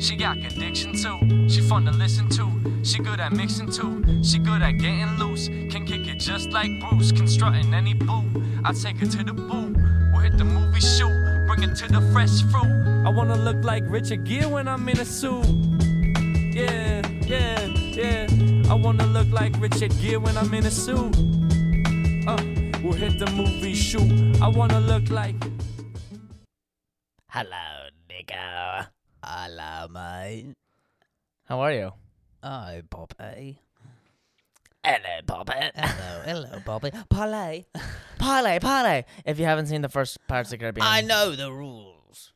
She got conviction too. She fun to listen to. She good at mixing too. She good at getting loose. Can kick it just like Bruce. Constructing any boo. I take her to the boo. We'll hit the movie shoot. Bring it to the fresh fruit. I wanna look like Richard Gere when I'm in a suit. Yeah, yeah, yeah. I wanna look like Richard Gere when I'm in a suit. Uh, we'll hit the movie shoot. I wanna look like. Hello, Nico. Hello, mate. How are you? Oh, Bobby. Hello, Poppet. Hello, hello, Bobby. Parlay. parlay, parlay. If you haven't seen the first Pirates of the Caribbean, I know the rules.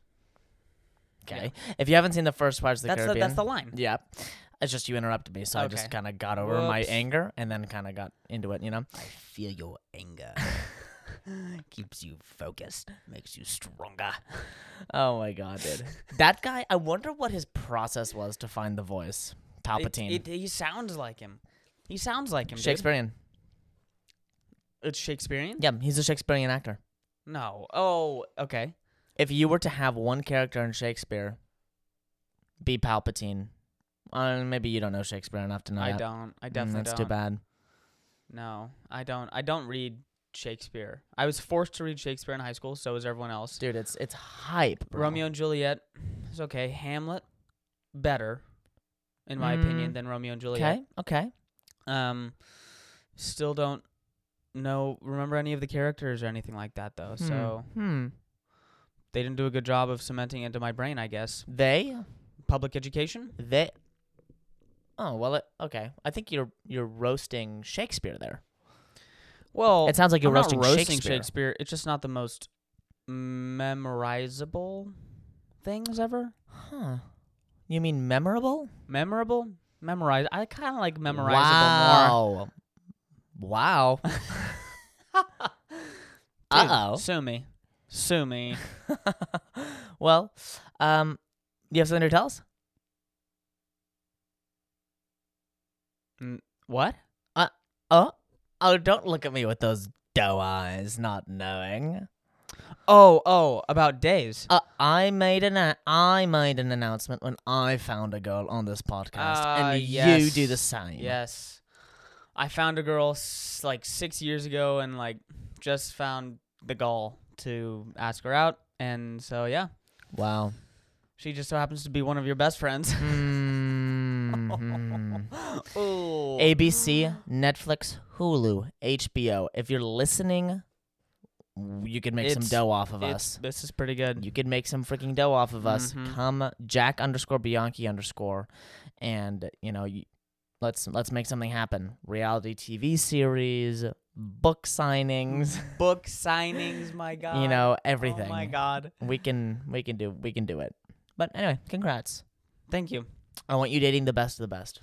Okay. If you haven't seen the first Pirates of the That's the, Caribbean, that's the line. Yeah. It's just you interrupted me, so I just Okay. kind of got over my Whoops. anger and then kind of got into it, you know? I feel your anger. Keeps you focused, makes you stronger. Oh my god, dude. that guy, I wonder what his process was to find the voice. It, Palpatine. it, he sounds like him. He sounds like him. dude. Shakespearean. It's Shakespearean? Yeah, he's a Shakespearean actor. No. Oh, okay. If you were to have one character in Shakespeare be Palpatine, uh, maybe you don't know Shakespeare enough to know I that. don't. I Mm, definitely That's don't. too bad. No, I don't. I don't read Shakespeare. I was forced to read Shakespeare in high school, so was everyone else. Dude, it's it's hype, bro. Romeo and Juliet is okay. Hamlet, better, in my opinion, Mm. than Romeo and Juliet. Okay, okay. Um, still don't know remember any of the characters or anything like that though. Hmm, So hmm. they didn't do a good job of cementing it into my brain, I guess. They Public education? they Oh, well it, okay. I think you're you're roasting Shakespeare there. Well, it sounds like you're I'm roasting, not roasting Shakespeare. It's just not the most memorizable things ever. Huh. You mean memorable? Memorable? Memorize. I kind of like memorizable more. wow. Wow. Dude, Uh Sue me. Sue me. oh. well, um, you have something to tell us? what? Oh, oh, don't look at me with those doe eyes, not knowing. Oh, oh, about days. Uh, I made an a- I made an announcement when I found a girl on this podcast, Ah, and you do the yes. same. Yes. I found a girl s- like six years ago and like just found the gall to ask her out. And so, yeah, Wow. she just so happens to be one of your best friends. Hmm. Mhm. Ooh. ABC, Netflix, Hulu, HBO. If you're listening, w- you could make some It's- dough off of It's- us. This is pretty good. You could make some freaking dough off of us. Mhm. Come Jack underscore Bianchi underscore, and you know, y let's let's make something happen. Reality TV series, book signings, Book signings, my God. you know, everything. Oh, my God. We can we can do we can do it. But anyway, congrats. Thank you. I want you dating the best of the best.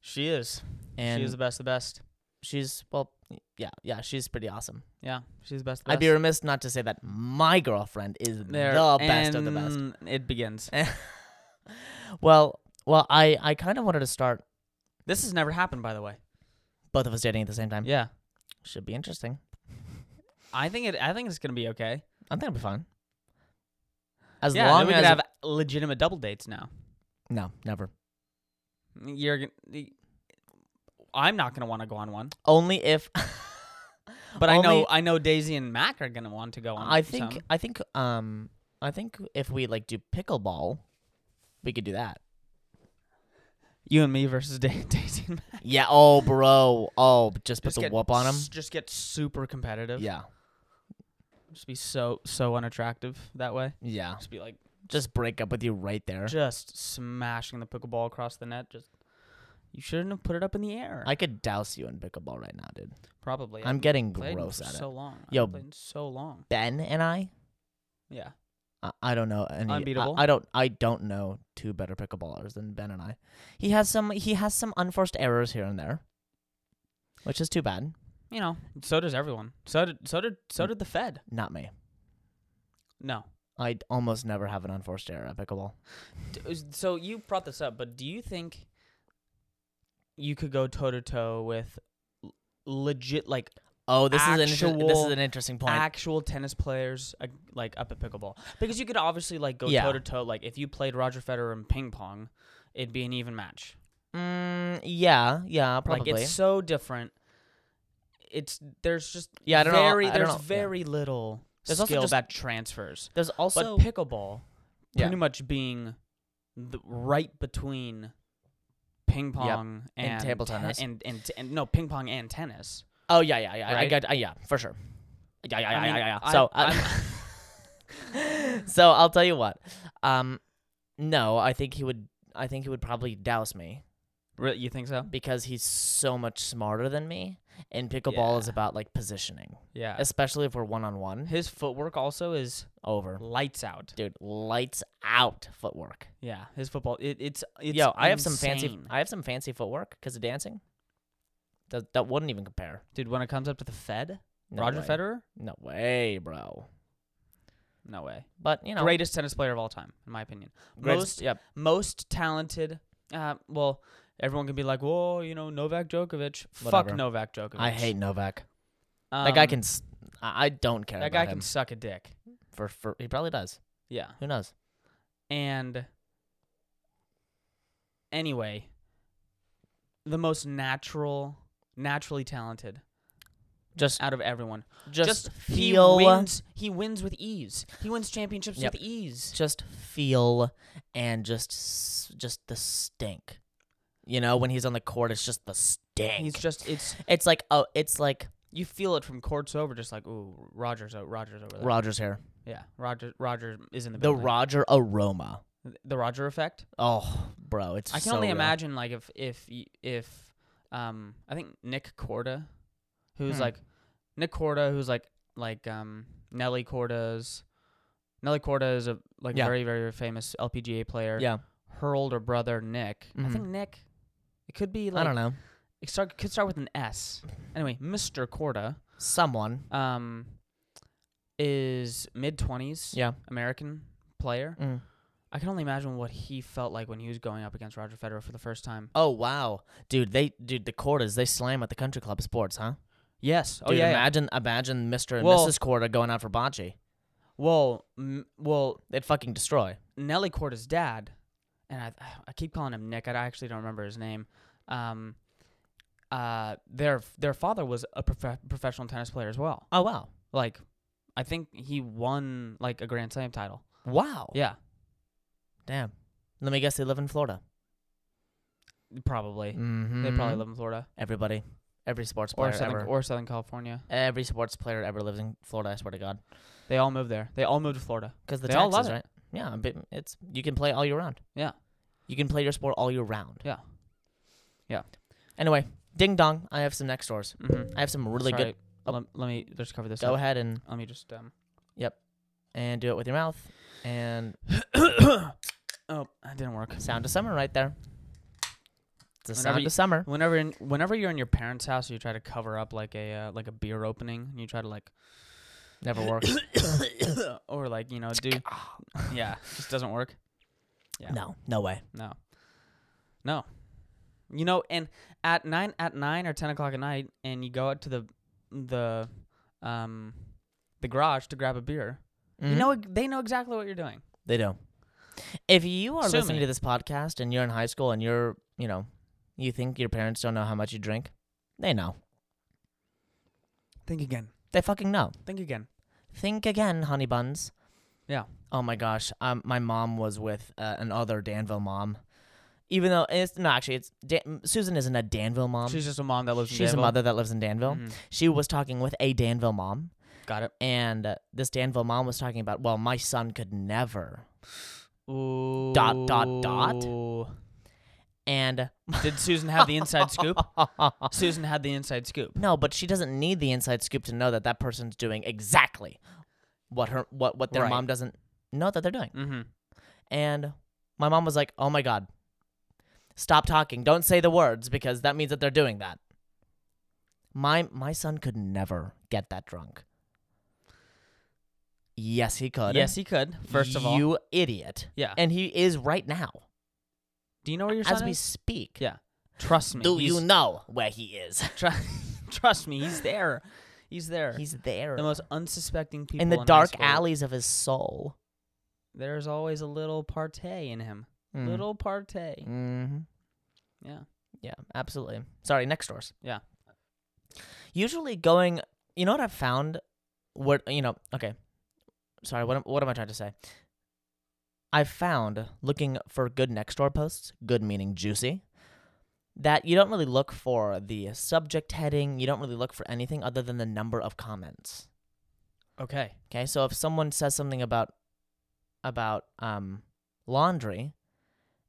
She is. And she is the best, the best. she's well, yeah, yeah, she's pretty awesome. Yeah, she's the best. The best. I'd be remiss not to say that my girlfriend is There, the best of the best. and It begins. Well, well, I I kind of wanted to start This has never happened, by the way. both of us dating at the same time. Yeah, Should be interesting. I think it. I think it's gonna be okay. I think it'll be fun. As yeah, then long we as could have legitimate double dates now. no, never. You're. gon- y- I'm not gonna want to go on one, Only if but I know Only- I know Daisy and Mac are gonna want to go on. I think some. I think um I think if we like do pickleball, we could do that. you and me versus Da- Daisy and Mac. Yeah. Oh, bro. Oh, but just put the whoop on him. s- Just get super competitive. Yeah. Just be so so unattractive that way. Yeah. Just be like Just break up with you right there. just smashing the pickleball across the net. Just you shouldn't have put it up in the air. I could douse you in pickleball right now, dude. Probably. I'm getting played gross for at so it. long. I Yo. played so long. Ben and I, Yeah. I, I don't know any. I- Unbeatable. I, don't. I don't know two better pickleballers than Ben and I. He has some. He has some unforced errors here and there, which is too bad. You know, so does everyone. So did so did Mm. so did the Fed. Not me. No. I almost never have an unforced error at pickleball. D- is- So you brought this up, but do you think you could go toe to toe with l- legit like Oh, this is an inter- this is actual- an interesting point. actual tennis players uh, like up at pickleball because you could obviously like go Yeah. toe to toe. Like if you played Roger Federer in ping pong, it'd be an even match. mm, yeah, yeah, probably. Like it's so different. It's there's just Yeah, I don't know. very I don't there's know. Yeah. very little There's also skill just- that transfers. There's also but pickleball, Yeah. pretty much being the, right between ping pong And and table te- tennis. and, and t- and no ping pong and tennis. oh yeah, yeah, yeah. I Right? got uh, yeah for sure. Yeah, yeah, yeah, I mean, yeah, yeah. I- so, uh, so I'll tell you what. Um, no, I think he would. I think he would probably douse me Re- you think so? because he's so much smarter than me. And pickleball is Yeah. about like positioning, Yeah. especially if we're one on one. His footwork also is Over, lights out. dude. Lights out footwork. Yeah, his football. It, it's it's. Yo, I have some fancy. insane. I have some fancy footwork because of dancing. That that wouldn't even compare. dude. When it comes up to the Fed, No Roger way. Federer, No way, bro. no way. But you know, Greatest tennis player of all time, in my opinion. greatest- Most Yep. most talented. Uh, well, everyone can be like, whoa, you know, Novak Djokovic. Whatever. Fuck Novak Djokovic. I hate Novak. um, that guy can. s- I I don't care. That about guy him. can suck a dick. For for he probably does. Yeah. Who knows? And anyway, the most natural, naturally talented Just out of everyone. just, feel feel. he wins. He wins with ease. He wins championships Yep. with ease. Just feel, and just s- just the stink. You know, when he's on the court, it's just the stink. He's just it's it's like oh, it's like you feel it from courts over, just like ooh, Rogers, out, Rogers over there. Roger's hair. yeah, Roger, Roger is in the The building. Roger aroma. the Roger effect. Oh, bro, it's. I can so only real. imagine like if if y- if um I think Nick Corda, who's Hmm. like Nick Corda, who's like like um Nelly Corda's. Nelly Corda is a like Yeah. very very famous LPGA player. Yeah, Her older brother Nick. I Mhm. think Nick. It could be like I don't know. It start could start with an S. Anyway, Mr. Corda Someone. um is mid twenties Yeah. American player. Mm. I can only imagine what he felt like when he was going up against Roger Federer for the first time. Oh wow, dude, they dude the Cordas they slam at the country club sports, huh? Yes. Oh Dude, yeah. yeah. Imagine imagine Mr. and Well- Mrs. Corda going out for bocce. Well, m- well, They'd fucking destroy. Nelly Corda's dad, and I I keep calling him Nick. I actually don't remember his name. Um, uh, their their father was a prof- professional tennis player as well. Oh wow, Like, I think he won like a Grand Slam title. wow. Yeah, Damn. Let me guess, they live in Florida. probably. Mm-hmm. They probably live in Florida Everybody, every sports or player Southern ever. or Southern California. Every sports player ever lives in Florida. I swear to God, They all moved there. They all moved to Florida. because the They all taxes, love it. right? Yeah, but it's you can play all year round. Yeah. you can play your sport all year round. Yeah. Yeah. Anyway, ding dong. I have some next doors. Mm-hmm. I have some really good. oh. Let, let me just cover this. Go up. ahead and Let me just um. and do it with your mouth and Oh, that didn't work. sound of summer right there. It's the Whenever sound you- of summer. Whenever in, whenever you're in your parents' house, you try to cover up like a uh, like a beer opening. and You try to like Never works. or like you know do yeah, just doesn't work. Yeah. No, no way. No, no, you know. And at nine at nine or ten o'clock at night, and you go out to the the um the garage to grab a beer. You Mhm. know they know exactly what you're doing. they do. If you are Sue listening me. to this podcast and you're in high school and you're, you know, you think your parents don't know how much you drink, they know. Think again. They fucking know. Think again. Think again, honey buns. Yeah. Oh my gosh. Um, my mom was with uh, another Danville mom. Even though it's no, actually, it's Dan- Susan isn't a Danville mom. She's just a mom that lives. in Um, She's Danville. a mother that lives in Danville. Mhm. She was talking with a Danville mom, Got it. and uh, this Danville mom was talking about, well, my son could never. Ooh. Dot, dot, dot. And Did Susan have the inside scoop? Susan had the inside scoop. no, but she doesn't need the inside scoop to know that that person's doing exactly what her what what their Right. mom doesn't know that they're doing. Mm-hmm. And my mom was like, "Oh my god, stop talking! Don't say the words because that means that they're doing that." My my son could never get that drunk. Yes, he could. Yes, he could. First of all, you idiot. yeah. And he is right now Do you know where your son as we is? speak. Yeah. Trust me. Do he's- you know where he is? tr- trust me? He's there. He's there. He's there. the most unsuspecting people in the high dark school. alleys of his soul. There's always a little partay in him. Mm. Little partay. Mm-hmm. Yeah. Yeah, absolutely. Sorry, next doors. Yeah. Usually going, you know what I've found? What you know? Okay. Sorry. What am, what am I trying to say? I've found looking for good next door posts, good meaning juicy, that you don't really look for the subject heading. You don't really look for anything other than the number of comments. Okay. Okay, so if someone says something about about um, laundry,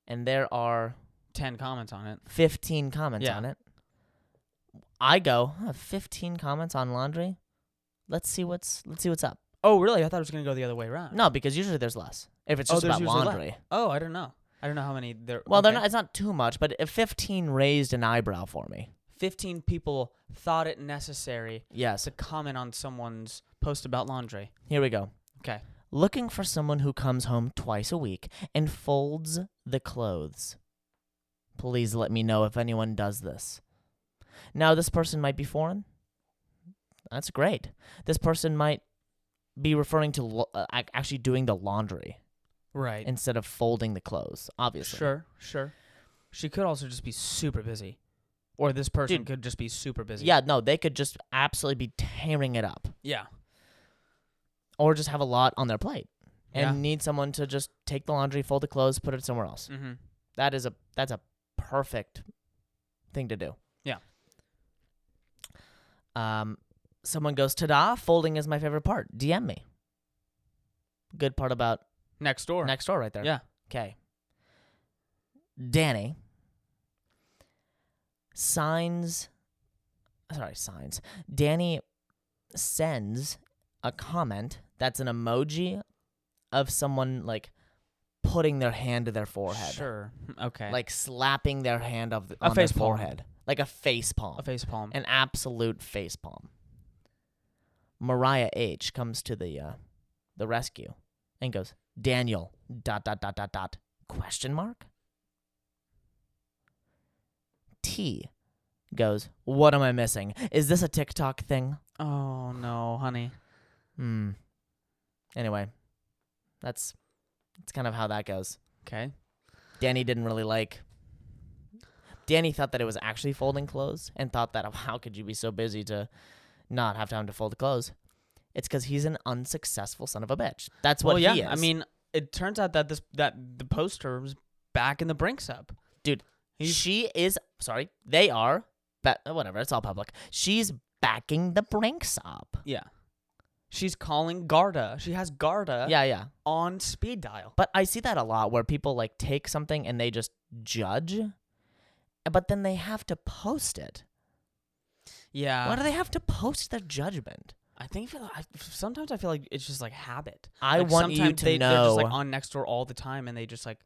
and there are Ten comments on it. 15 comments Yeah. on it. I go, huh, 15 comments on laundry. Let's see what's let's see what's up. Oh, really? I thought it was gonna go the other way around. No, because usually there's less. If it's Oh, just there's about usually less. laundry. Oh, I don't know. I don't know how many there. Well, they're okay. not it's not too much, but if 15 raised an eyebrow for me. Fifteen people thought it necessary Yes. to comment on someone's post about laundry. Here we go. Okay. Looking for someone who comes home twice a week and folds the clothes. Please let me know if anyone does this. Now, this person might be foreign. That's great. This person might be referring to lo- uh, ac- actually doing the laundry Right. instead of folding the clothes, obviously. Sure. Sure. She could also just be super busy, or this person Dude. could just be super busy. Yeah, no, they could just absolutely be tearing it up Yeah. or just have a lot on their plate and Yeah. need someone to just take the laundry, fold the clothes, put it somewhere else. Mm-hmm. That is a that's a perfect thing to do. Yeah. Um, someone goes, "Ta-da! Folding is my favorite part." DM me. Good part about Next door. next door, right there. Yeah. Okay. Danny signs. Sorry, signs. Danny sends a comment that's an emoji of someone like putting their hand to their forehead Sure. Okay. like slapping their hand of the, A on their face palm. forehead, like a face palm, a face palm. an absolute face palm. Mariah H comes to the uh, the rescue and goes, Daniel dot dot dot dot dot question mark. T goes, what am I missing? Is this a TikTok thing? oh no, honey. Hmm. Anyway, that's that's kind of how that goes. Okay. Danny didn't really like. Danny thought that it was actually folding clothes and thought that how could you be so busy to not have time to fold clothes? It's because he's an unsuccessful son of a bitch. That's what well, yeah. he is. I mean, it turns out that this that the poster was back in the Brinks up. he's- she is sorry. They are, but whatever. It's all public. She's backing the Brinks up. Yeah. She's calling Garda. She has Garda Yeah, yeah. on speed dial. But I see that a lot where people like take something and they just judge, but then they have to post it. Yeah. Why do they have to post their judgment? I think feel I, sometimes I feel like it's just like habit. I Like, want you sometimes to they, They're know. just like on next door all the time, and they just like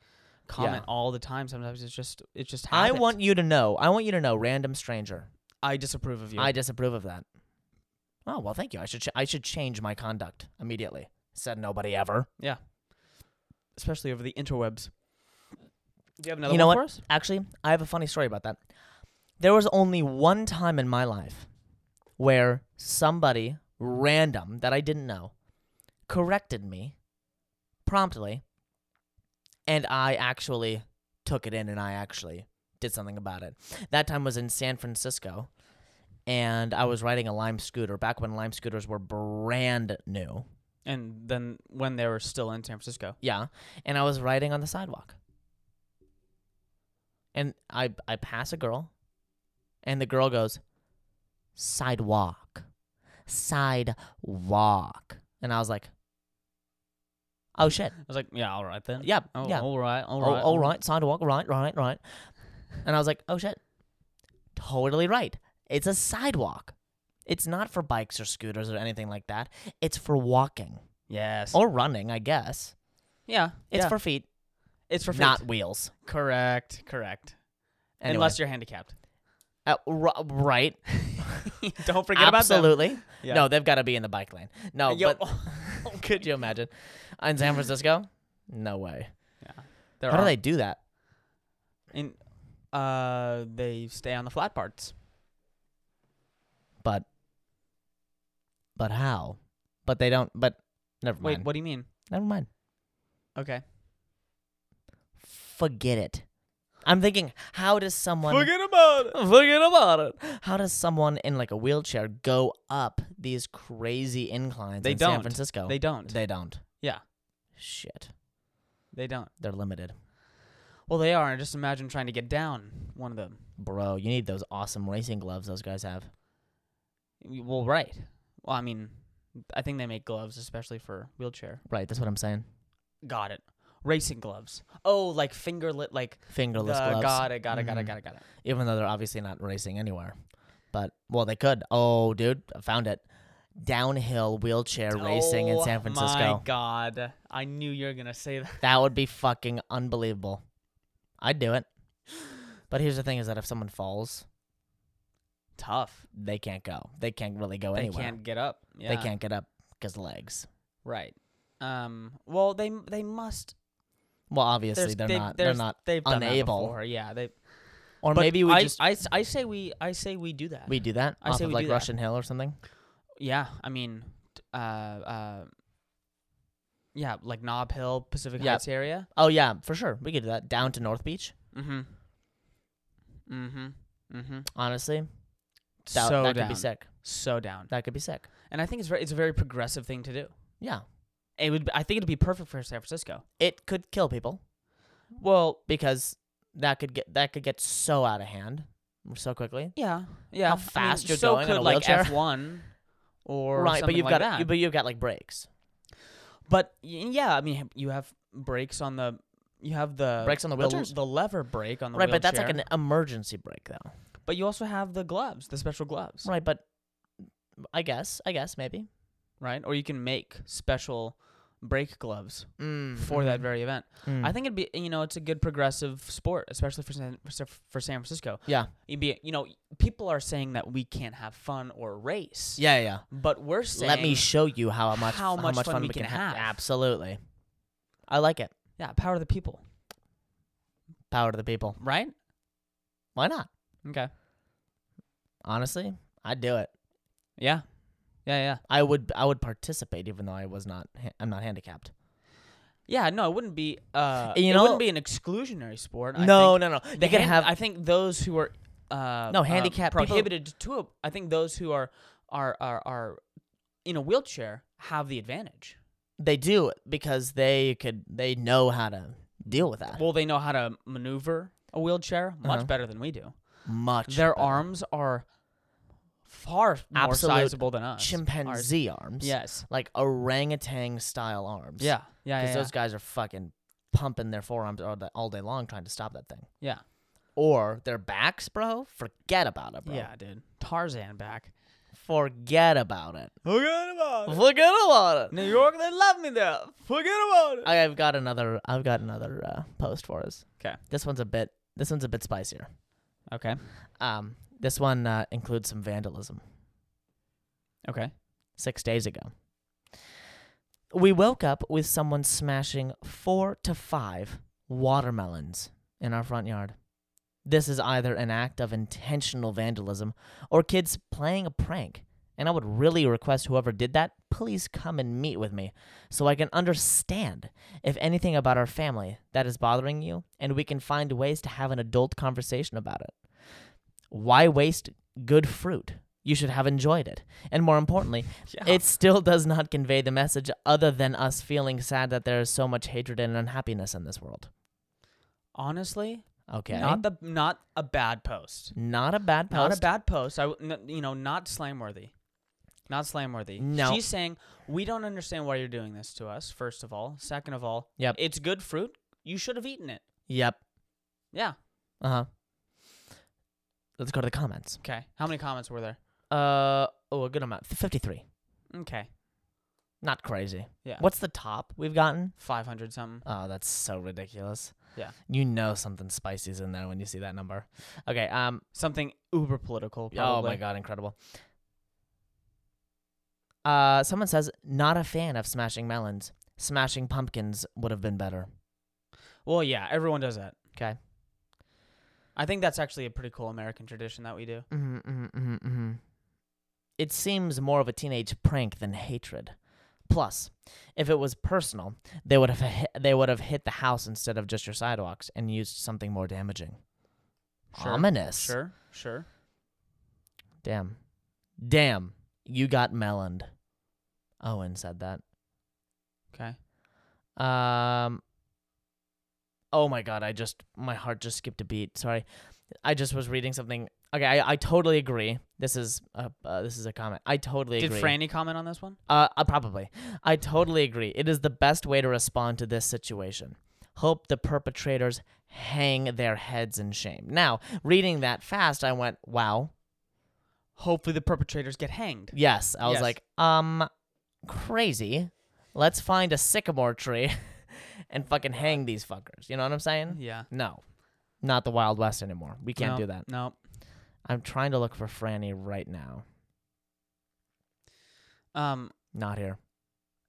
comment all the time. Sometimes it's just it's just I habit. want you to know. I want you to know, random stranger. I disapprove of you. I disapprove of that. Oh well, thank you. I should ch- I should change my conduct immediately. Said nobody ever. especially over the interwebs. Do you have another you know one what? for us? Actually, I have a funny story about that. There was only one time in my life where somebody random that I didn't know corrected me promptly, and I actually took it in and I actually did something about it. That time was in San Francisco, and I was riding a Lime scooter back when Lime scooters were brand new. And then when they were still in San Francisco. Yeah, and I was riding on the sidewalk. And I I pass a girl, and the girl goes, sidewalk, sidewalk, and I was like, oh shit, I was like, yeah, all right then. yeah, Oh, yeah, all right, all all right, right, all right, sidewalk, right, right, right, and I was like, oh shit, totally right, it's a sidewalk, it's not for bikes or scooters or anything like that, it's for walking Yes. or running, I guess. yeah. It's Oh, yeah. for feet, it's for not feet. wheels. correct, correct. Anyway. Unless you're handicapped. Uh, r- right. Don't forget about Absolutely. that. Yeah. No, they've got to be in the bike lane. No, Yo- but could you imagine? In San Francisco? No way. There How are, do they do that? In, uh, they stay on the flat parts. But But how? But they don't. But never Wait, mind. what do you mean? Never mind. Okay. Forget it. I'm thinking, how does someone about it. Forget about it. How does someone in like a wheelchair go up these crazy inclines They in San don't. Francisco? They don't. They don't. Yeah. Shit. They don't. They're limited. Well, they are. and Just imagine trying to get down one of them. Bro, you need those awesome racing gloves those guys have. Well, right. Well, I mean, I think they make gloves, especially for wheelchair. Right, that's what I'm saying. Got it. Racing gloves. Oh, like fingerlit, like the, Fingerless gloves. got it, got it, got it, Mhm. got it, got it. Even though they're obviously not racing anywhere. But well they could. Oh dude, I found it. Downhill wheelchair racing in Oh San My Francisco. God, I knew you were gonna say that. That would be fucking unbelievable. I'd do it. But here's the thing is that if someone falls, Tough. they can't go. They can't really go They anywhere. can't get up. Yeah. They can't get up because legs. Right. Um. Well, they they must. Well, obviously There's, they're they, not. They're there's- not. They've done that unable. before, Yeah. They. Or but maybe we I, just I, s- I say we. I say we do that. we do that I off say of we like do that. Russian Hill or something. Yeah, I mean, t- uh, uh, yeah, like Knob Hill, Pacific Yep. Heights area. Oh yeah, for sure. We could do that down to North Beach. Mm-hmm. Mm-hmm. Mm-hmm. Honestly, that, so that down. could be sick. So down. That could be sick. And I think it's very, it's a very progressive thing to do. Yeah, It would. be- I think it'd be perfect for San Francisco. it could kill people. Well, because that could get that could get so out of hand so quickly. Yeah. Yeah. How I mean, fast you're so going in could a like wheelchair. F one. Or right, but something you've like got that. but you've got like brakes, But y- yeah, I mean, you have brakes on the, you have the Brakes on the l- wheelchairs? the lever brake on the right? But that's like wheelchair. an emergency brake though, But you also have the gloves, the special gloves. right? But I guess, I guess maybe right? Or you can make special brake gloves mm, for that very event. mm. I think it'd be, you know, it's a good progressive sport, especially for San, for, Sa- for San Francisco. yeah, You'd be, you know, people are saying that we can't have fun or race. yeah, yeah. But we're saying, Let me show you how much how much fun we can ha- have. Absolutely, I like it. yeah, power to the people, Power to the people. right? Why not? Okay. Honestly, I'd do it. Yeah. Yeah, yeah. I would. I would participate, even though I was not. ha- I'm not handicapped. Yeah, no, it wouldn't be uh You you know, know- it wouldn't be an exclusionary sport. I think. no, no. The They could hand- have. I think those who are uh, No, uh, handicapped people- prohibited to. A, I think those who are are are are in a wheelchair have the advantage. they do it because they could. They know how to deal with that. Well, they know how to maneuver a wheelchair much Uh-huh. better than we do. Much. Their better. arms are far more Absolute sizable than us. Ours- chimpanzee arms. Yes. Like orangutan style arms. Yeah. Yeah. Because Yeah. those guys are fucking pumping their forearms all day, all day long trying to stop that thing. yeah. Or their backs, bro. Forget about it, bro. yeah, dude. Tarzan back. Forget about it. Forget about Forget about New York, they love me there. Forget about it. I've got another. I've got another uh, post for us. 'Kay. This one's a bit. This one's a bit spicier. Okay. Um, this one uh, includes some vandalism. Okay. Six days ago, we woke up with someone smashing four to five watermelons in our front yard. This is either an act of intentional vandalism or kids playing a prank. And I would really request whoever did that, please come and meet with me so I can understand if anything about our family that is bothering you and we can find ways to have an adult conversation about it. Why waste good fruit? You should have enjoyed it. And more importantly, Yeah. it still does not convey the message other than us feeling sad that there is so much hatred and unhappiness in this world. honestly Okay. not the not a bad post. Not a bad post. Not a bad post. I w- n- you know not slam worthy, not slam worthy. No. she's saying we don't understand why you're doing this to us. First of all, second of all, Yep. it's good fruit. You should have eaten it. Yep. Yeah. Uh huh. Let's go to the comments. Okay. How many comments were there? Uh oh, a good amount. Fifty-three. Okay. Not crazy. Yeah. What's the top we've gotten? Five hundred something. Oh, that's so ridiculous. Yeah. You know something spicy's in there when you see that number. Okay. Um. Something uber political. Oh Probably. my god, incredible. Uh, someone says not a fan of smashing melons. Smashing pumpkins would have been better. Well, yeah, everyone does that. 'Kay. I think that's actually a pretty cool American tradition that we do. mm-hmm. Mm-hmm, mm-hmm, mm-hmm. It seems more of a teenage prank than hatred. Plus, if it was personal, they would have hit, they would have hit the house instead of just your sidewalks and used something more damaging. Sure. Ominous. Sure, sure. Damn. Damn. You got meloned. Owen said that. Okay. Um. Oh my god! I just my heart just skipped a beat. Sorry, I just was reading something. Okay, I, I totally agree. This is a uh, this is a comment. I totally Did agree. Franny comment on this one? Uh, uh, probably. I totally agree. It is the best way to respond to this situation. Hope the perpetrators hang their heads in shame. Now, reading that fast, I went, "Wow, Hopefully the perpetrators get hanged. Yes. I was Yes. like, um, crazy. Let's find a sycamore tree and fucking hang these fuckers. You know what I'm saying? Yeah. No. Not the Wild West anymore. We can't No, do that. No. I'm trying to look for Franny right now. Um, Not here.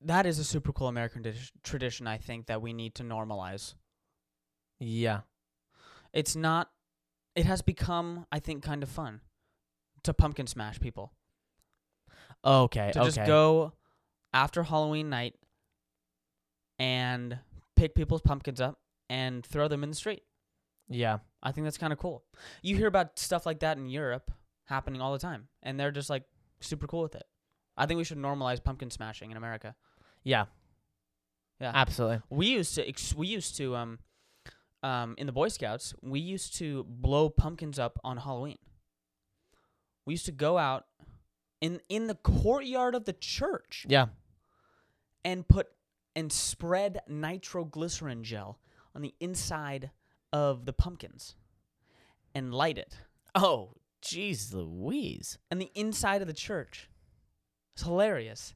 that is a super cool American tradi- tradition. I think that we need to normalize. Yeah. It's not. It has become, I think, kind of fun to pumpkin smash people. Okay. to Eh, okay. just go after Halloween night and pick people's pumpkins up and throw them in the street. Yeah. I think that's kind of cool. You hear about stuff like that in Europe happening all the time, and they're just like super cool with it. I think we should normalize pumpkin smashing in America. Yeah. Yeah. Absolutely. We used to ex- we used to um um in the Boy Scouts, we used to blow pumpkins up on Halloween. We used to go out in in the courtyard of the church Yeah. and put and spread nitroglycerin gel on the inside of the pumpkins and light it. Oh, jeez Louise. And the inside of the church. It's hilarious.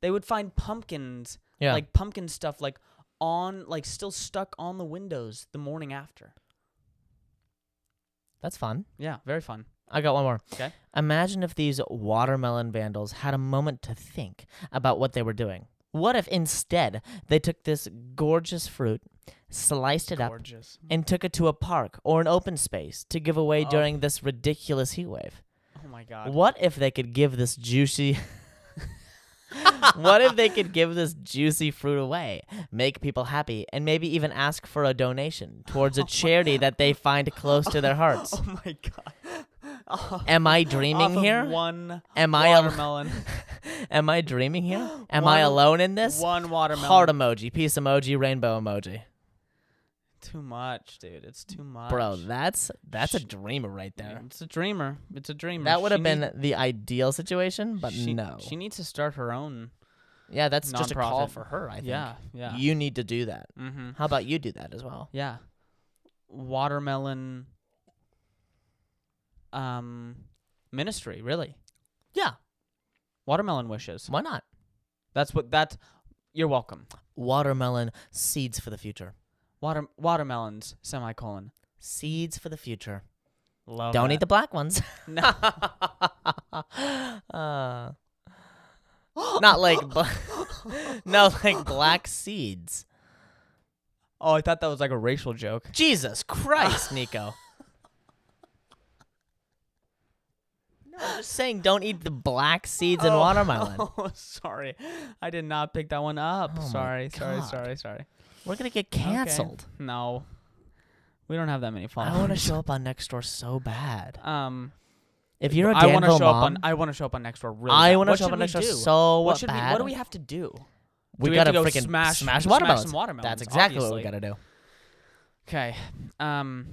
They would find pumpkins, Yeah. like pumpkin stuff, like on, like still stuck on the windows the morning after. that's fun. Yeah, very fun. I got one more. Okay. Imagine if these watermelon vandals had a moment to think about what they were doing. What if instead they took this gorgeous fruit, sliced it up, Gorgeous. and took it to a park or an open space to give away Oh. during this ridiculous heat wave? Oh my god. What if they could give this juicy. what if they could give this juicy fruit away, make people happy, and maybe even ask for a donation towards a charity that they find close to their hearts? Oh my god. Off- Am I off dreaming of here? One Am I al- watermelon. Am I dreaming here? Am I One- alone in this? one watermelon. Heart emoji, peace emoji, rainbow emoji. Too much, dude. It's too much. Bro, that's that's a Sh- dreamer right there. It's a dreamer. It's a dreamer. That would have She been need- the ideal situation, but she, no. She needs to start her own. yeah, that's just a call nonprofit. for her, I think. Yeah, yeah. You need to do that. mm-hmm. How about you do that as well? Yeah. Watermelon um ministry, really. Yeah, Watermelon wishes. why not? That's what that you're welcome. Watermelon seeds for the future. Water watermelons semicolon. Seeds for the future. Love Don't eat the black ones. Oh, No. uh, not like bla- no, like black seeds. Oh, I thought that was like a racial joke. Jesus Christ, Nico. No, I'm just saying don't eat the black seeds in Oh, watermelon. Oh, sorry. I did not pick that one up. Oh my sorry, sorry, God. sorry, sorry. We're gonna get Okay. canceled. No. We don't have that many followers. I want to show up on next door so bad. um If you're a I want to Danville show up on mom, I want to show up on next door really. I bad. want to Oh, What show up should on we next door do? so what should we bad. what do we have to do? we we have gotta to go freaking smash- smash smash some watermelons. watermelons, That's exactly what obviously. we gotta do. Okay. Um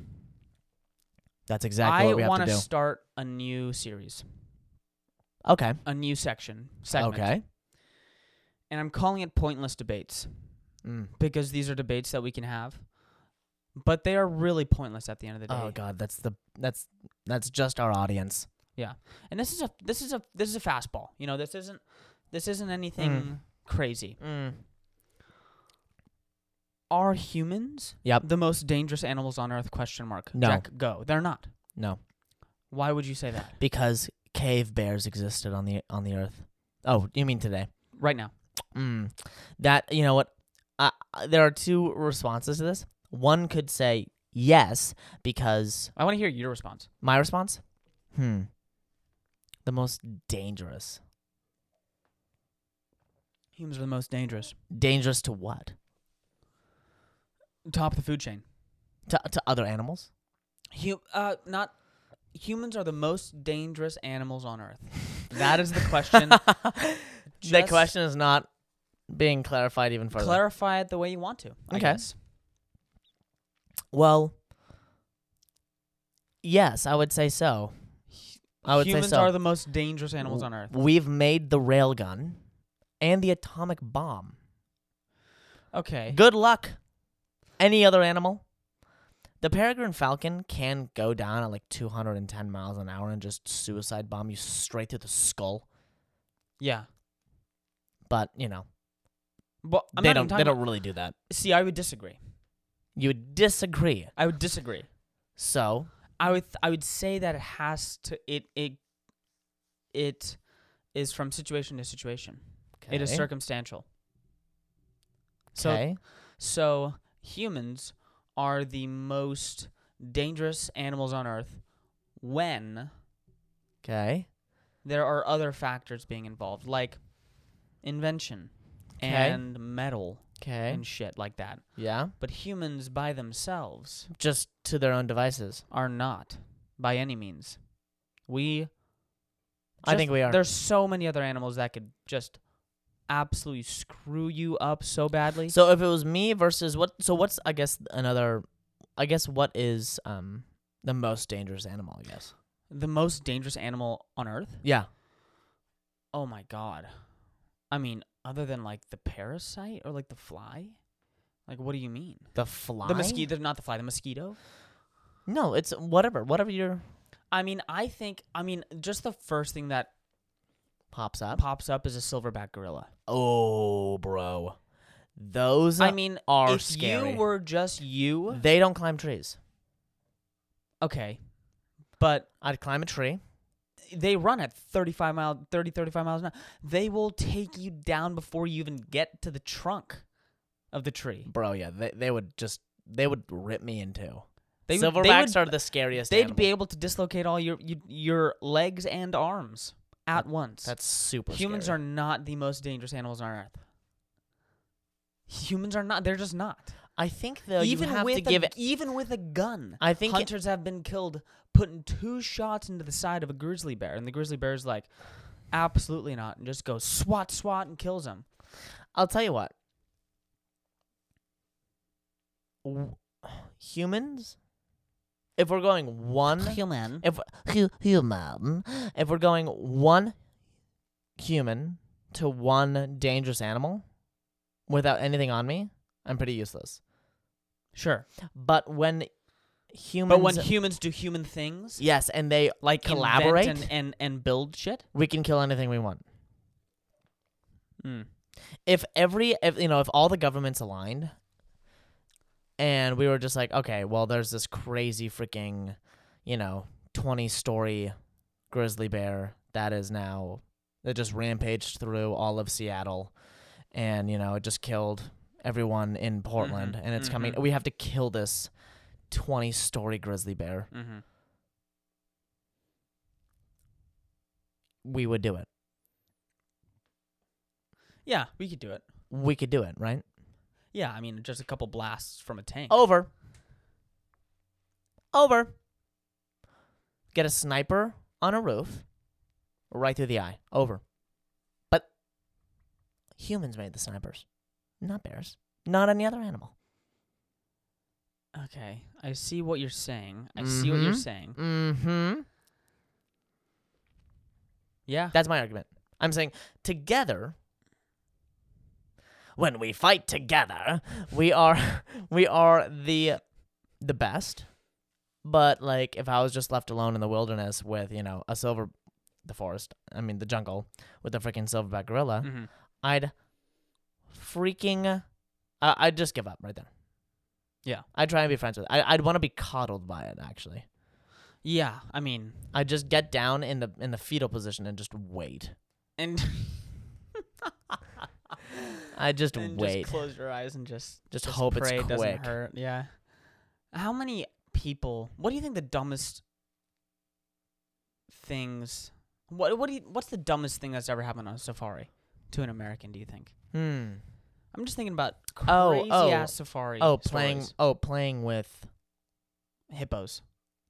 That's exactly what we I have want to to do. start a new series, okay. a new section, segment. Okay. And I'm calling it pointless debates Mm. because these are debates that we can have, but they are really pointless at the end of the day. Oh God, that's the that's that's just our audience. And this is a this is a this is a fastball. You know, this isn't this isn't anything crazy. Mm. Are humans Yep. the most dangerous animals on earth? Question mark. No. Jack, go. They're not. No, Why would you say that? because cave bears existed on the on the earth. Oh, you mean today? Right now. Mm. That you know what? Uh, there are two responses to this. One could say yes because I want to hear your response. my response. Hmm. The most dangerous. Humans are the most dangerous. Dangerous to what? Top of the food chain. To to other animals? Hum- uh, not humans are the most dangerous animals on earth. That is the question. the Just question is not being clarified even further. Clarify it the way you want to. I Okay. guess. well, yes, I would say so. I would humans say so. are the most dangerous animals on earth. We've made the railgun and the atomic bomb. Okay. Good luck. Any other animal? The peregrine falcon can go down at like 210 miles an hour and just suicide bomb you straight through the skull. Yeah. But you know, But I'm they not even don't. They talking don't really do that. about- see, I would disagree. You would disagree. I would disagree. So I would I would say that it has to it it it is from situation to situation. It is Okay. circumstantial. So okay, so humans are the most dangerous animals on earth when okay, there are other factors being involved like invention 'Kay. and metal okay, and shit like that. yeah. But humans by themselves Just to their own devices. are not by any means. We I think we are. There's so many other animals that could just absolutely screw you up so badly. So if it was me versus what? So what's I guess another? I guess what is um the most dangerous animal? I guess. the most dangerous animal on earth? Yeah. Oh my god. I mean, other than like the parasite or like the fly? Like what do you mean? The fly. The mosquito, not the fly, the mosquito? No, it's whatever. Whatever your I mean, I think I mean, just the first thing that pops up. pops up is a silverback gorilla. Oh, bro. Those I mean, are if scary. you were just you, they don't climb trees. okay. But I'd climb a tree. they run at 35 mile 30 35 miles an hour they will take you down before you even get to the trunk of the tree Bro, yeah, they, they would just they would rip me in two. they, would- they Silverbacks would, are the scariest. they'd be animal. able to dislocate all your you, your legs and arms at once That's super. humans are not the most dangerous animals on earth humans are not they're just not are. I think though even you have with to give a, it. even with a gun I think it, hunters have been killed putting two shots into the side of a grizzly bear and the grizzly bear is like absolutely not and just goes swat swat and kills him I'll tell you what. W- humans, if we're going one human. if hu- human if we're going one human to one dangerous animal without anything on me i'm pretty useless Sure. but when humans But when humans do human things, yes and they like invent collaborate? and, and, and build shit. we can kill anything we want Mm. if every if you know if all the governments aligned and we were just like okay well there's this crazy freaking you know 20 story grizzly bear that is now that just rampaged through all of seattle and you know it just killed everyone in portland Mhm, and it's coming mhm. we have to kill this 20 story grizzly bear Mm-hmm. we would do it Yeah, we could do it. we could do it right Yeah, I mean, just a couple blasts from a tank. Over. Over. Get a sniper on a roof, right through the eye. Over. But humans made the snipers, not bears, not any other animal. Okay, I see what you're saying. I see what you're Mhm. saying. Mm-hmm. Yeah. That's my argument. I'm saying together. When we fight together, we are we are the the best. But like if I was just left alone in the wilderness with, you know, a silver the forest, I mean the jungle with a freaking silverback gorilla, hmm I'd freaking uh, I'd just give up right there. Yeah. I'd try and be friends with it. I, I'd want to be coddled by it actually. Yeah, I mean, I'd just get down in the in the fetal position and just wait. and, I just and wait. just close your eyes and just Just hope it's pray quick. doesn't hurt. Yeah. How many people? What do you think the dumbest things What what do you, what's the dumbest thing that's ever happened on a safari to an American? Do you think? Hmm. I'm just thinking about crazy Oh, oh. ass safari. Oh, playing. stories. Oh, playing with. hippos.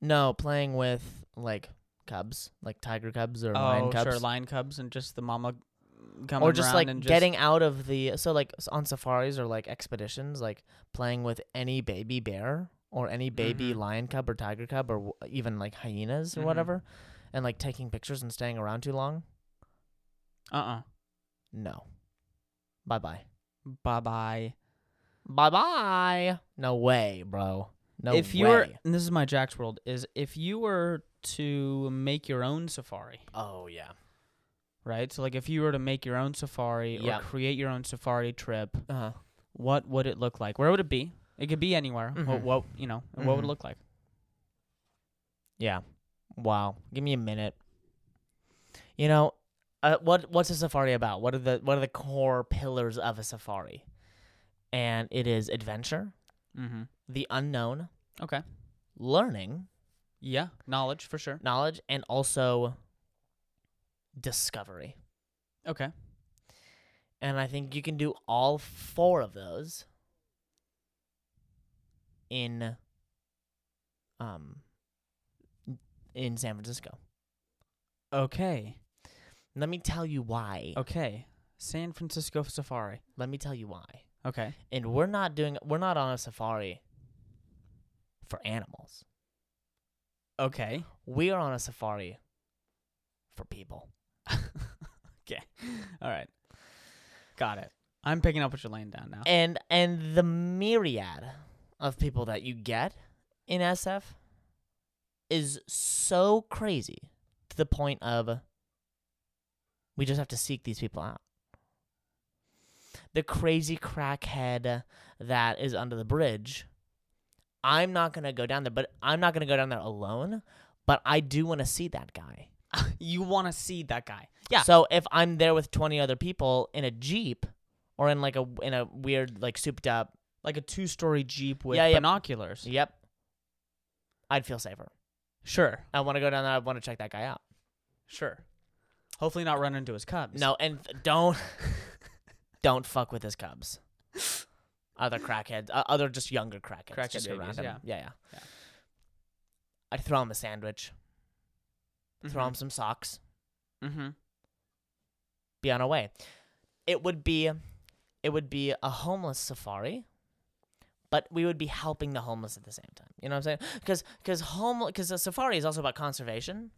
No, playing with like cubs, like tiger cubs or oh, lion cubs, sure, lion cubs, and just the mama coming or just around like and just, getting out of the. So like s- on safaris or like expeditions, like playing with any baby bear or any baby Mhm. lion cub or tiger cub or w- even like hyenas or Mhm. whatever, and like taking pictures and staying around too long. uh uh No. Bye bye. Bye bye. Bye bye. No way, bro. No if you way. were, and this is my Jack's world, is if you were to make your own safari, oh yeah. right? So like if you were to make your own safari Yeah. or create your own safari trip, Uh huh. what would it look like? Where would it be? It could be anywhere. Mhm. What, what you know? What would Mhm. it look like? Yeah. Wow. Give me a minute. You know, uh, what what's a safari about? What are the what are the core pillars of a safari? And it is adventure, Mm-hmm. the unknown, Okay. learning, Yeah, knowledge for sure. knowledge, and also discovery. Okay. And I think you can do all four of those in um in San Francisco. Okay. Let me tell you why. Okay. San Francisco safari. Let me tell you why. Okay. And we're not doing we're not on a safari for animals. Okay. We are on a safari for people. okay. All right. Got it. I'm picking up what you're laying down now. And and the myriad of people that you get in SF is so crazy to the point of we just have to seek these people out. The crazy crackhead that is under the bridge. I'm not going to go down there, but I'm not going to go down there alone, but I do want to see that guy. you want to see that guy. Yeah. So if I'm there with 20 other people in a Jeep or in like a in a weird like souped up Like a two story Jeep with Yeah, yeah. binoculars. Yep. I'd feel safer. Sure. I want to go down there. I want to check that guy out. Sure. Hopefully, not run into his cubs. No, and th- don't don't fuck with his cubs. Other crackheads, uh, other just younger crackheads, Crackhead just around babies, him. yeah. Yeah, yeah, Yeah. I'd throw him a sandwich, throw him some socks, Mm-hmm. be on our way. It would be, it would be a homeless safari, but we would be helping the homeless at the same time. You know what I'm saying? Because because home because a safari is also about conservation.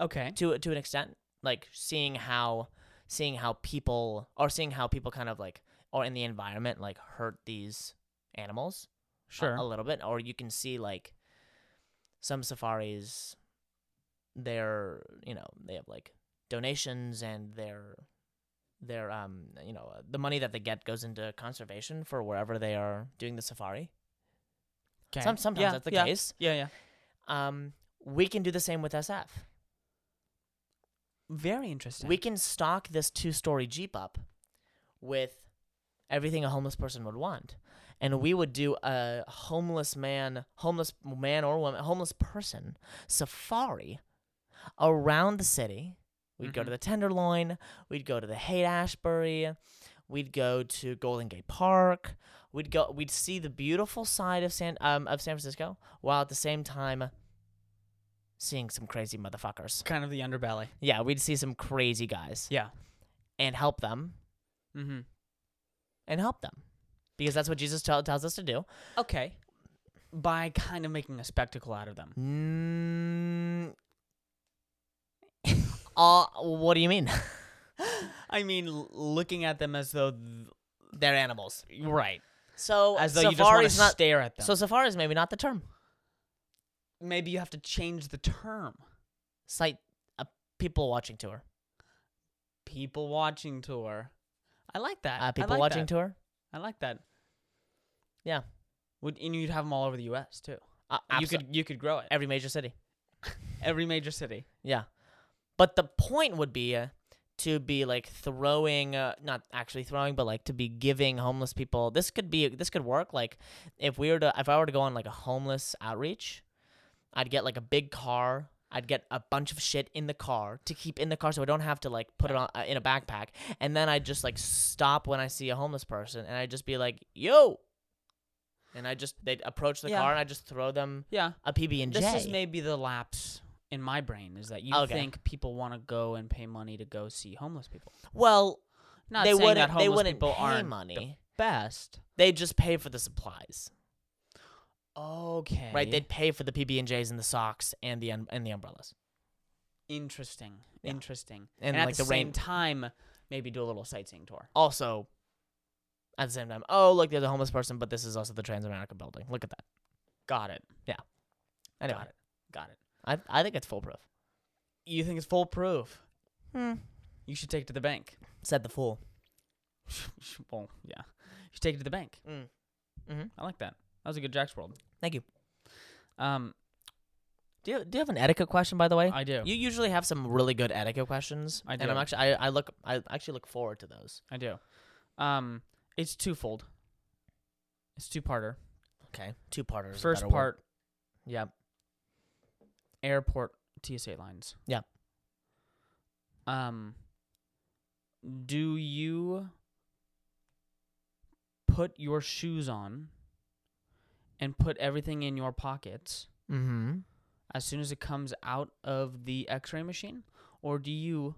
Okay. to to an extent like seeing how seeing how people or seeing how people kind of like or in the environment like hurt these animals a- Sure. a, little bit or you can see like some safaris they're you know they have like donations and their their um you know uh, the money that they get goes into conservation for wherever they are doing the safari okay. some, sometimes Yeah, that's the yeah, case Yeah, yeah. um we can do the same with sf Very interesting. We can stock this two story Jeep up with everything a homeless person would want. And we would do a homeless man, homeless man or woman, homeless person safari around the city. We'd go to Mhm. the Tenderloin. We'd go to the Haight Ashbury. We'd go to Golden Gate Park. We'd go. We'd see the beautiful side of San um, of San Francisco, while at the same time seeing some crazy motherfuckers. kind of the underbelly. Yeah, we'd see some crazy guys Yeah. and help them Mm-hmm. and help them because that's what Jesus tell, tells us to do. Okay. By kind of making a spectacle out of them. Mm. uh, what do you mean? I mean, l- looking at them as though, th- They're animals. right, So as though you just want safari's to not. stare at them. So safari is maybe not the term. maybe you have to change the term. Sight a uh, people watching tour. People watching tour. I like that. Uh, people I like watching that. tour. I like that. Yeah. Would and you'd have them all over the U.S. too. Uh, You abso- could you could grow it every major city. every major city. Yeah. But the point would be uh, to be like throwing, uh, not actually throwing, but like to be giving homeless people. This could be, this could work. Like if we were to, if I were to go on like a homeless outreach, I'd get like a big car. I'd get a bunch of shit in the car to keep in the car so I don't have to like put it on uh, in a backpack. And then I'd just like stop when I see a homeless person and I'd just be like, "Yo." And I just they'd approach the Yeah. car and I just throw them Yeah. a PB and J. This is maybe the lapse in my brain is that you Okay. think people want to go and pay money to go see homeless people. well, Not they saying wouldn't that homeless they wouldn't people pay aren't money. the best. they just pay for the supplies, Okay. right? They'd pay for the PB and J's and the socks and the un- and the umbrellas. interesting. Yeah. Interesting. And, And, at like, the, the same rain- time, maybe do a little sightseeing tour. Also, at the same time, oh look, there's a homeless person, but this is also the Transamerica Building. Look at that. Got it. Anyway, Got it. Got it. I I think it's foolproof. You think it's foolproof? Hmm. You should take it to the bank. Said the fool. well, yeah. You should take it to the bank. Mm. Mhm. I like that. That was a good Jack's World. Thank you. Um, Do you, do you have an etiquette question, by the way? I do. you usually have some really good etiquette questions. I And I'm do. actually I, I look I actually look forward to those. I do. Um, it's twofold. It's two parter. Okay, two parters. First part, Yeah. airport TSA lines. Yeah. Um, do you put your shoes on and put everything in your pockets Mm-hmm. as soon as it comes out of the x-ray machine or do you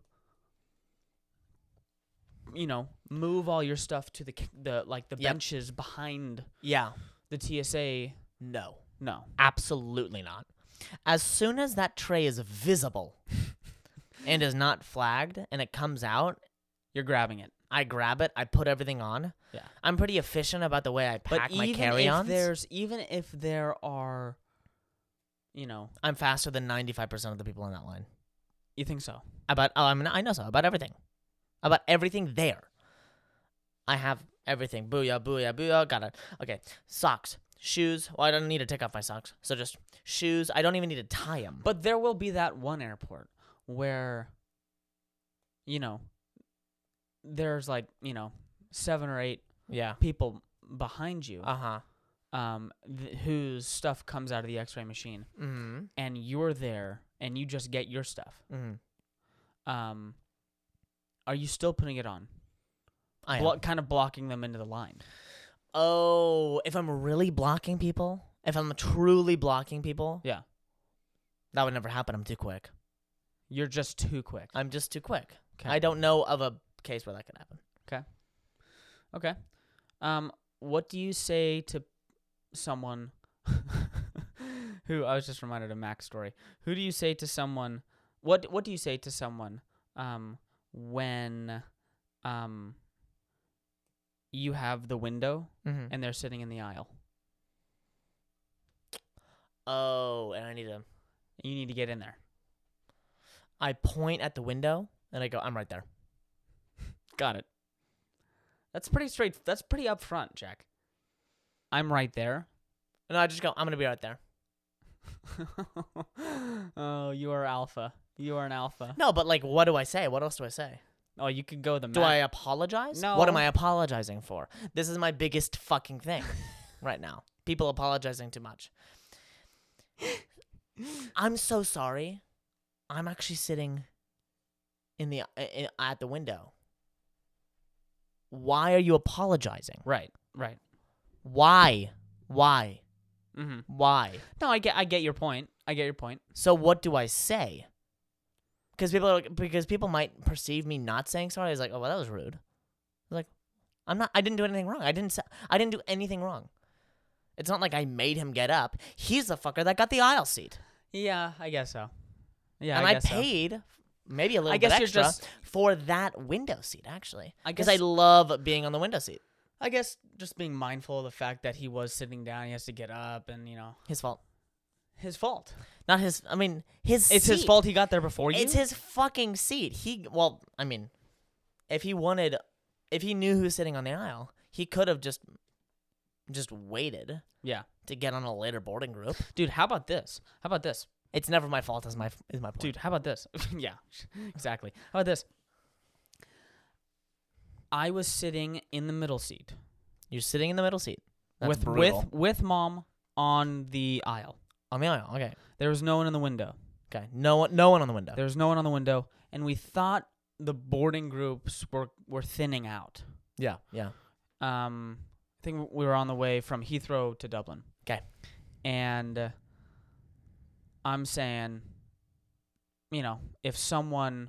you know move all your stuff to the c- the like the Yep. benches behind Yeah. the TSA No. no Absolutely not. As soon as that tray is visible and is not flagged and it comes out, you're grabbing it I grab it, I put everything on. Yeah. I'm pretty efficient about the way I but pack my even if carry-ons. there's even if there are you know I'm faster than 95% of the people in that line. you think so About oh, I mean, I know so about everything, about everything there. I have everything. Booyah, booyah, booyah. Got it. Okay, socks, shoes. Well, I don't need to take off my socks, so just shoes. I don't even need to tie them. but there will be that one airport where you know there's like you know seven or eight yeah. people behind you Uh huh. um, th- whose stuff comes out of the X-ray machine, Mm-hmm. and you're there, and you just get your stuff. Mm-hmm. Um, are you still putting it on? I am. Blo- kind of blocking them into the line. oh, if I'm really blocking people, if I'm truly blocking people, Yeah, that would never happen. I'm too quick. you're just too quick. I'm just too quick. 'Kay. I don't know of a case where that could happen. okay. Um, what do you say to someone who I was just reminded of Mac's story? Who do you say to someone? What What do you say to someone um, when um, you have the window Mm-hmm. and they're sitting in the aisle. Oh, and I need to. You need to get in there. I point at the window and I go, I'm right there. Got it. That's pretty straight. That's pretty upfront, Jack. I'm right there. No, I just go, I'm gonna be right there. oh, you are alpha. You are an alpha. No, but like, what do I say? What else do I say? Oh, you could go the. Do Mac. I apologize? What am No. I apologizing for? This is my biggest fucking thing right now. People apologizing too much. I'm so sorry. I'm actually sitting in the uh, in, at the window. Why are you apologizing? Right. Right. Why? Why? Mm-hmm. Why? No, I get. I get your point. I get your point. So what do I say? Because people are, because people might perceive me not saying sorry as like, oh well, that was rude. It's Like, I'm not. I didn't do anything wrong. I didn't. Sa- I didn't do anything wrong. It's not like I made him get up. He's the fucker that got the aisle seat, Yeah, I guess so. Yeah, and I I, guess so. paid maybe a little I bit guess you're extra just. for that window seat actually. I Because I, guess- love being on the window seat. I guess just being mindful of the fact that he was sitting down. He has to get up, and you know, His fault, his fault. not his. I mean, his. It's his seat. fault. He got there before you. It's his fucking seat. He well, I mean, if he wanted, if he knew who was sitting on the aisle, he could have just, just waited yeah. to get on a later boarding group. Dude, how about this? How about this? It's never my fault. Is my is my point. Dude, how about this? yeah, exactly. How about this? I was sitting in the middle seat You're sitting in the middle seat That's with brutal. with with mom on the aisle. on the aisle. Okay. There was no one in the window. Okay. No one. No one on the window. There was no one on the window, and we thought the boarding groups were were thinning out. yeah. Yeah. Um, I think we were on the way from Heathrow to Dublin. 'Kay. And uh, I'm saying, you know, if someone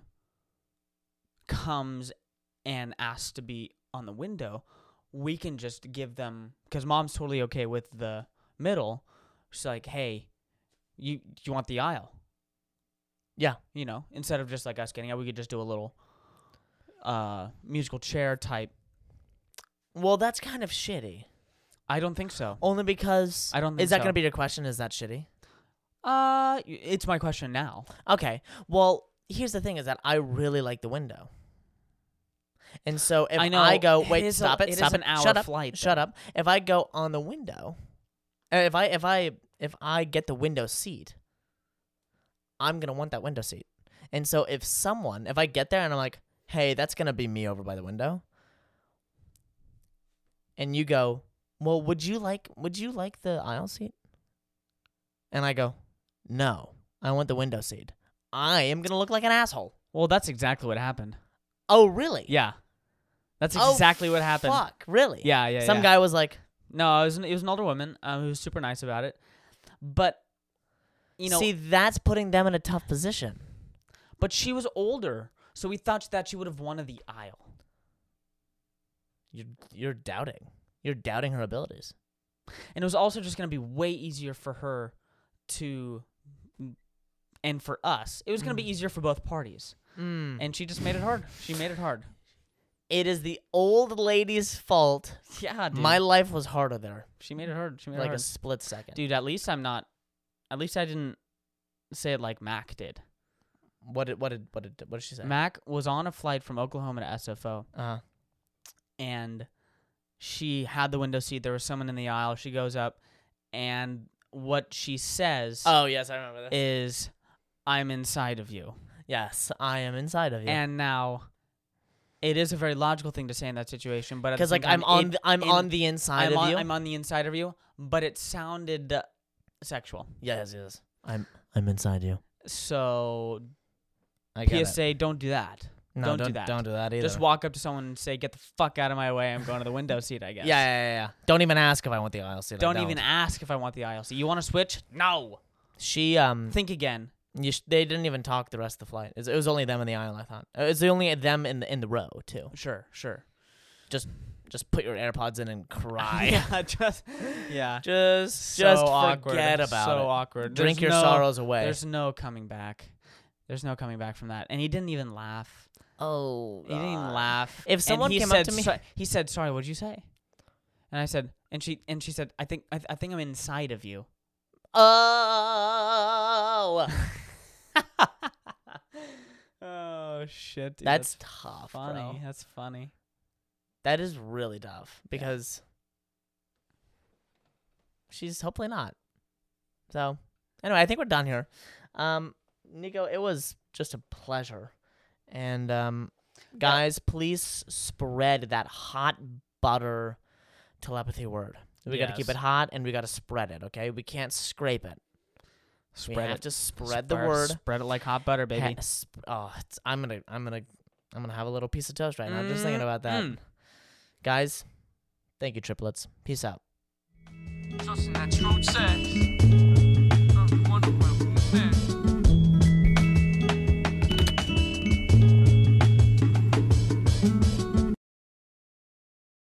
comes and asks to be on the window, we can just give them because mom's totally okay with the middle. She's like, hey, you you want the aisle? Yeah. you know, instead of just like us getting out, we could just do a little uh musical chair type. Well, that's kind of shitty. I don't think so. Only because I don't think is that so. going to be your question? Is that shitty? Uh, y- it's my question now. Okay. Well, here's the thing: is that I really like the window. And so if I I, know, go, it wait, is a- stop it, it is stop an it, hour shut up, flight, shut though. up. If I go on the window, uh, if I if I if I get the window seat, I'm gonna want that window seat. And so if someone, if I get there and I'm like, hey, that's gonna be me over by the window, and you go, well, would you like would you like the aisle seat? And I go, no, I want the window seat. I am gonna look like an asshole. Well, that's exactly what happened. Oh, really? Yeah, that's Oh, exactly what happened. Fuck, really? Yeah, yeah. Some yeah. guy was like, No, it was an, it was an older woman um, who was super nice about it, but you know, see, that's putting them in a tough position. but she was older, so we thought that she would have wanted the aisle. You're, you're doubting. You're doubting her abilities. And it was also just going to be way easier for her to, and for us, it was going to be easier for both parties. Mm. And she just made it hard. She made it hard. It is the old lady's fault. Yeah, dude. My life was harder there, she made it hard. She made like a it hard. split second. dude, at least I'm not. At least I didn't say it like Mac did. What did what did what did what did she say? Mac was on a flight from Oklahoma to SFO, uh, and she had the window seat. There was someone in the aisle. She goes up, and what she says oh yes, I remember this. is, "I'm inside of you." yes, I am inside of you. And now, it is a very logical thing to say in that situation, but at the Because same like I'm time, on it- the, I'm in- on the inside I'm of on, you. I'm on the inside of you, but it sounded uh, sexual. yes, yes. I'm I'm inside you. So I PSA, don't do that. No, don't do that. Don't do that either. Just walk up to someone and say, "Get the fuck out of my way! I'm going to the window seat." I Yeah, guess. yeah, yeah, yeah. Don't even ask if I want the aisle seat. I Don't, even ask if I want the aisle seat. You want to switch? No. She um. Think again. You sh- they didn't even talk the rest of the flight. It's- It was only them in the aisle. I thought it was only them in the in the row too. Sure, sure. Just put your AirPods in and cry. yeah, just yeah. Just So just awkward. forget about so it. awkward. Drink There's your no- sorrows away. There's no coming back. There's no coming back from that. And he didn't even laugh. oh, He didn't even God. laugh. If And someone he came up said, to me- "So- he said, "Sorry, what'd you say?" And I said, and she and she said, "I think I, I think I'm inside of you." Oh, oh shit! dude, that's tough, funny. bro. That's funny. That is really tough because she's hopefully not. So, anyway, I think we're done here. Um, Nico, it was just a pleasure. And um, guys, please spread that hot butter telepathy word. We got to keep Yes. it hot and we got to spread it, okay? We can't scrape it. we have to spread, the word. Spread it like hot butter, Pa- baby. sp- oh, it's, I'm going to I'm going to I'm going to have a little piece of toast right now. I'm just thinking about that. Mm. Guys, thank you triplets. Peace out. Trusting that truth says. Uh, wonder where we've been.